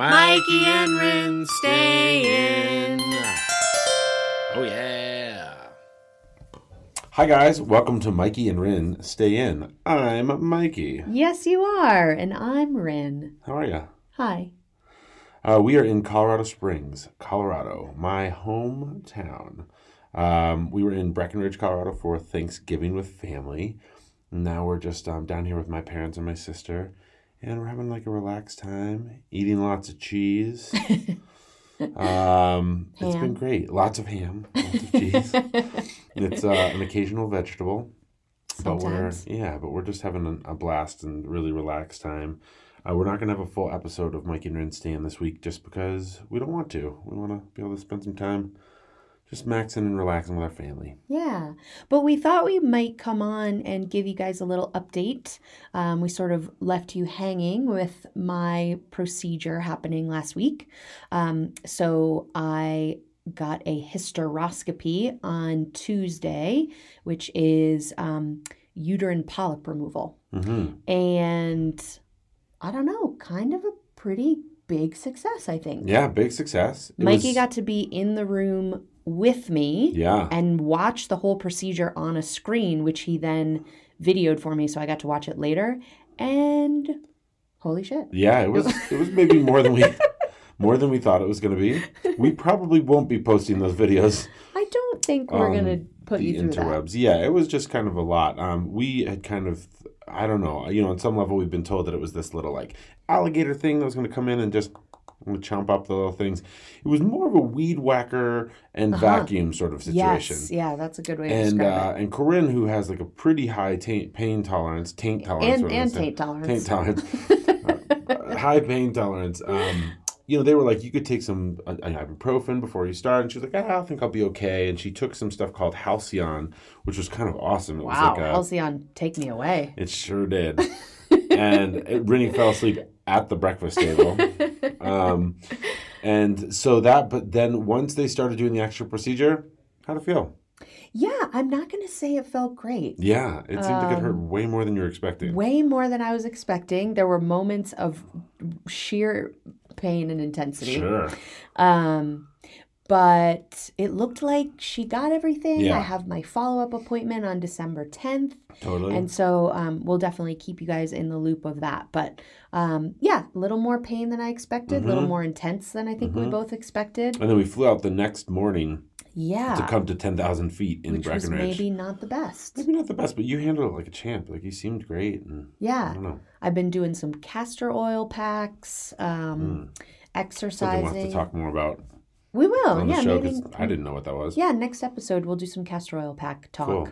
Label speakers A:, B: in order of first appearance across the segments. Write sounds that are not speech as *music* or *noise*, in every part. A: Mikey and Rin stay in. Oh, yeah.
B: Hi guys, welcome to Mikey and Rin Stay In. I'm Mikey.
C: Yes, you are. And I'm Rin.
B: How are ya?
C: Hi.
B: Uh, we are in Colorado Springs, Colorado, my hometown. Um, we were in Breckenridge, Colorado for Thanksgiving with family. Now we're just um, down here with my parents and my sister, and we're having like a relaxed time, eating lots of cheese. um, it's been
C: Ham.
B: great. Lots of ham, lots of cheese. it's uh, an occasional vegetable. But we're
C: Sometimes.
B: yeah, but we're just having an- a blast and really relaxed time. Uh, we're not gonna have a full episode of Mike and Rin Stan this week just because we don't want to. We want to be able to spend some time just maxing and relaxing with our family.
C: Yeah. But we thought we might come on and give you guys a little update. Um, we sort of left you hanging with my procedure happening last week. Um, so I got a hysteroscopy on Tuesday, which is um, uterine polyp removal.
B: Mm-hmm.
C: And I don't know, kind of a pretty big success, I think.
B: Yeah, big success. It
C: Mikey
B: was-
C: got to be in the room with me
B: yeah.
C: and watch the whole procedure on a screen, which he then videoed for me. So I got to watch it later. And holy shit.
B: Yeah, it was it was maybe more
C: *laughs*
B: than we more than we thought it was going to be. We probably won't be posting those videos
C: I don't think we're
B: on
C: going to put
B: Um, the
C: you through that.
B: interwebs. Yeah, it was just kind of a lot. Um, we had kind of I don't know, you know, on some level we've been told that it was this little like alligator thing that was going to come in and just chomp up the little things. It was more of a weed whacker and
C: Uh-huh.
B: vacuum sort of situation.
C: Yes. Yeah, that's a good way to
B: And uh,
C: describe
B: and Corinne, who has like a pretty high taint, pain tolerance, taint
C: it.
B: tolerance,
C: And,
B: what am I
C: and
B: saying?
C: taint tolerance.
B: pain tolerance,
C: *laughs*
B: Uh, high pain tolerance. Um, you know, they were like, you could take some uh, ibuprofen before you start, and she was like, ah, I think I'll be okay. And she took some stuff called Halcyon, which was kind of awesome. It
C: Wow.
B: was like a,
C: Halcyon, take me away.
B: it sure did.
C: *laughs*
B: and it, Rennie fell asleep at the breakfast table. Um, and so that, but then once they started doing the actual procedure, how'd it feel?
C: Yeah, I'm not going to say it felt great.
B: Yeah, it seemed like it hurt
C: Um,
B: way more than you were expecting.
C: Way more than I was expecting. There were moments of sheer pain and intensity.
B: Sure.
C: Um, but it looked like she got everything.
B: Yeah.
C: I have my follow up appointment on December 10th.
B: Totally.
C: And so um, we'll definitely keep you guys in the loop of that. But um, yeah, a little more pain than I expected, a little
B: Mhm.
C: more intense than I think we
B: Mhm.
C: both expected.
B: and then we flew out the next morning. to
C: Yeah.
B: come to 10,000 feet in
C: which was
B: Breckenridge. maybe...
C: maybe not the best.
B: not the best, but you handled it like a champ. Like you seemed great. And I
C: Yeah.
B: don't know.
C: I've been doing some castor oil packs, um,
B: Hmm. Something
C: exercising.
B: we'll have to talk more about
C: We will.
B: on the
C: Oh, yeah,
B: show
C: maybe
B: because I didn't know what that was.
C: Yeah, next episode we'll do some castor oil pack talk.
B: Cool.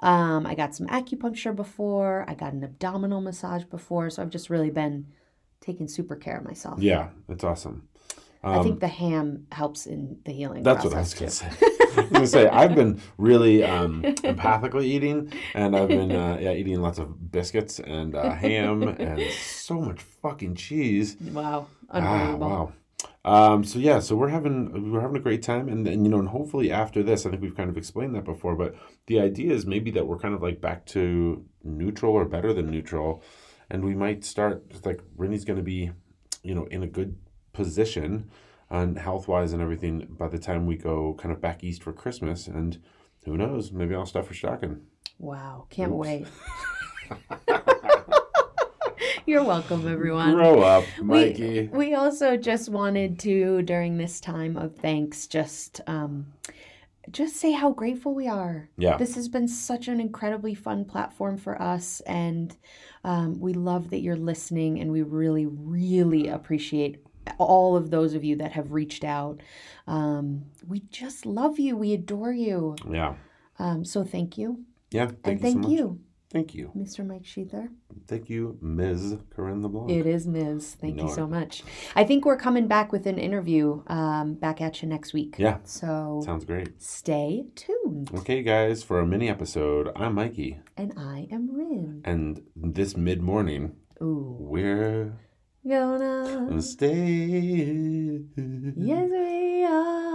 C: Um, I got some acupuncture before. I got an abdominal massage before. So I've just really been taking super care of myself.
B: Yeah, that's awesome. Um,
C: I think the ham helps in the healing.
B: that's what I was
C: process
B: going to say. *laughs* I was going to say,
C: *laughs*
B: I've been really um, empathically eating, and I've been uh, yeah, eating lots of biscuits and uh, ham and so much fucking cheese.
C: too. Wow,
B: Ah,
C: unbelievable.
B: wow. Um, so yeah, so we're having we're having a great time, and then you know, and hopefully after this, I think we've kind of explained that before, but the idea is maybe that we're kind of like back to neutral or better than neutral, and we might start it's like Rennie's going to be, you know, in a good position, on health wise and everything by the time we go kind of back east for Christmas, and who knows, maybe I'll stuff her stocking.
C: Wow, can't
B: Oops. *laughs*
C: wait. You're welcome, everyone.
B: Grow up,
C: *laughs* We-
B: Mikey.
C: We, also just wanted to, during this time of thanks, just um, just say how grateful we are.
B: Yeah.
C: This has been such an incredibly fun platform for us, and um, we love that you're listening, and we really, really appreciate all of those of you that have reached out. Um, we just love you. We adore you.
B: yeah,
C: Um, so thank you,
B: yeah. Thank you
C: and
B: so
C: thank
B: much.
C: you,
B: Thank you.
C: Mr. Mike Sheether.
B: Thank you, Ms. Corinne LeBlanc.
C: It is Ms. Thank you
B: No.
C: so much. I think we're coming back with an interview um, back at you next week.
B: Yeah.
C: So
B: Sounds great.
C: stay tuned.
B: Okay, guys, for a mini episode, I'm Mikey,
C: And I am Rin.
B: and this mid morning,
C: Ooh.
B: we're
C: Gonna.
B: staying.
C: Yes, we are.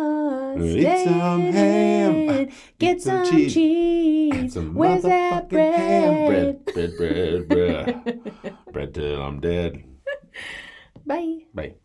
B: Eat Mm. some ham.
C: staying. Get
B: some
C: some,
B: cheese.
C: cheese.
B: Some
C: Where's that
B: motherfucking ham.
C: bread? *laughs*
B: Bread, bread, bread, bread. bread till I'm dead.
C: Bye.
B: Bye.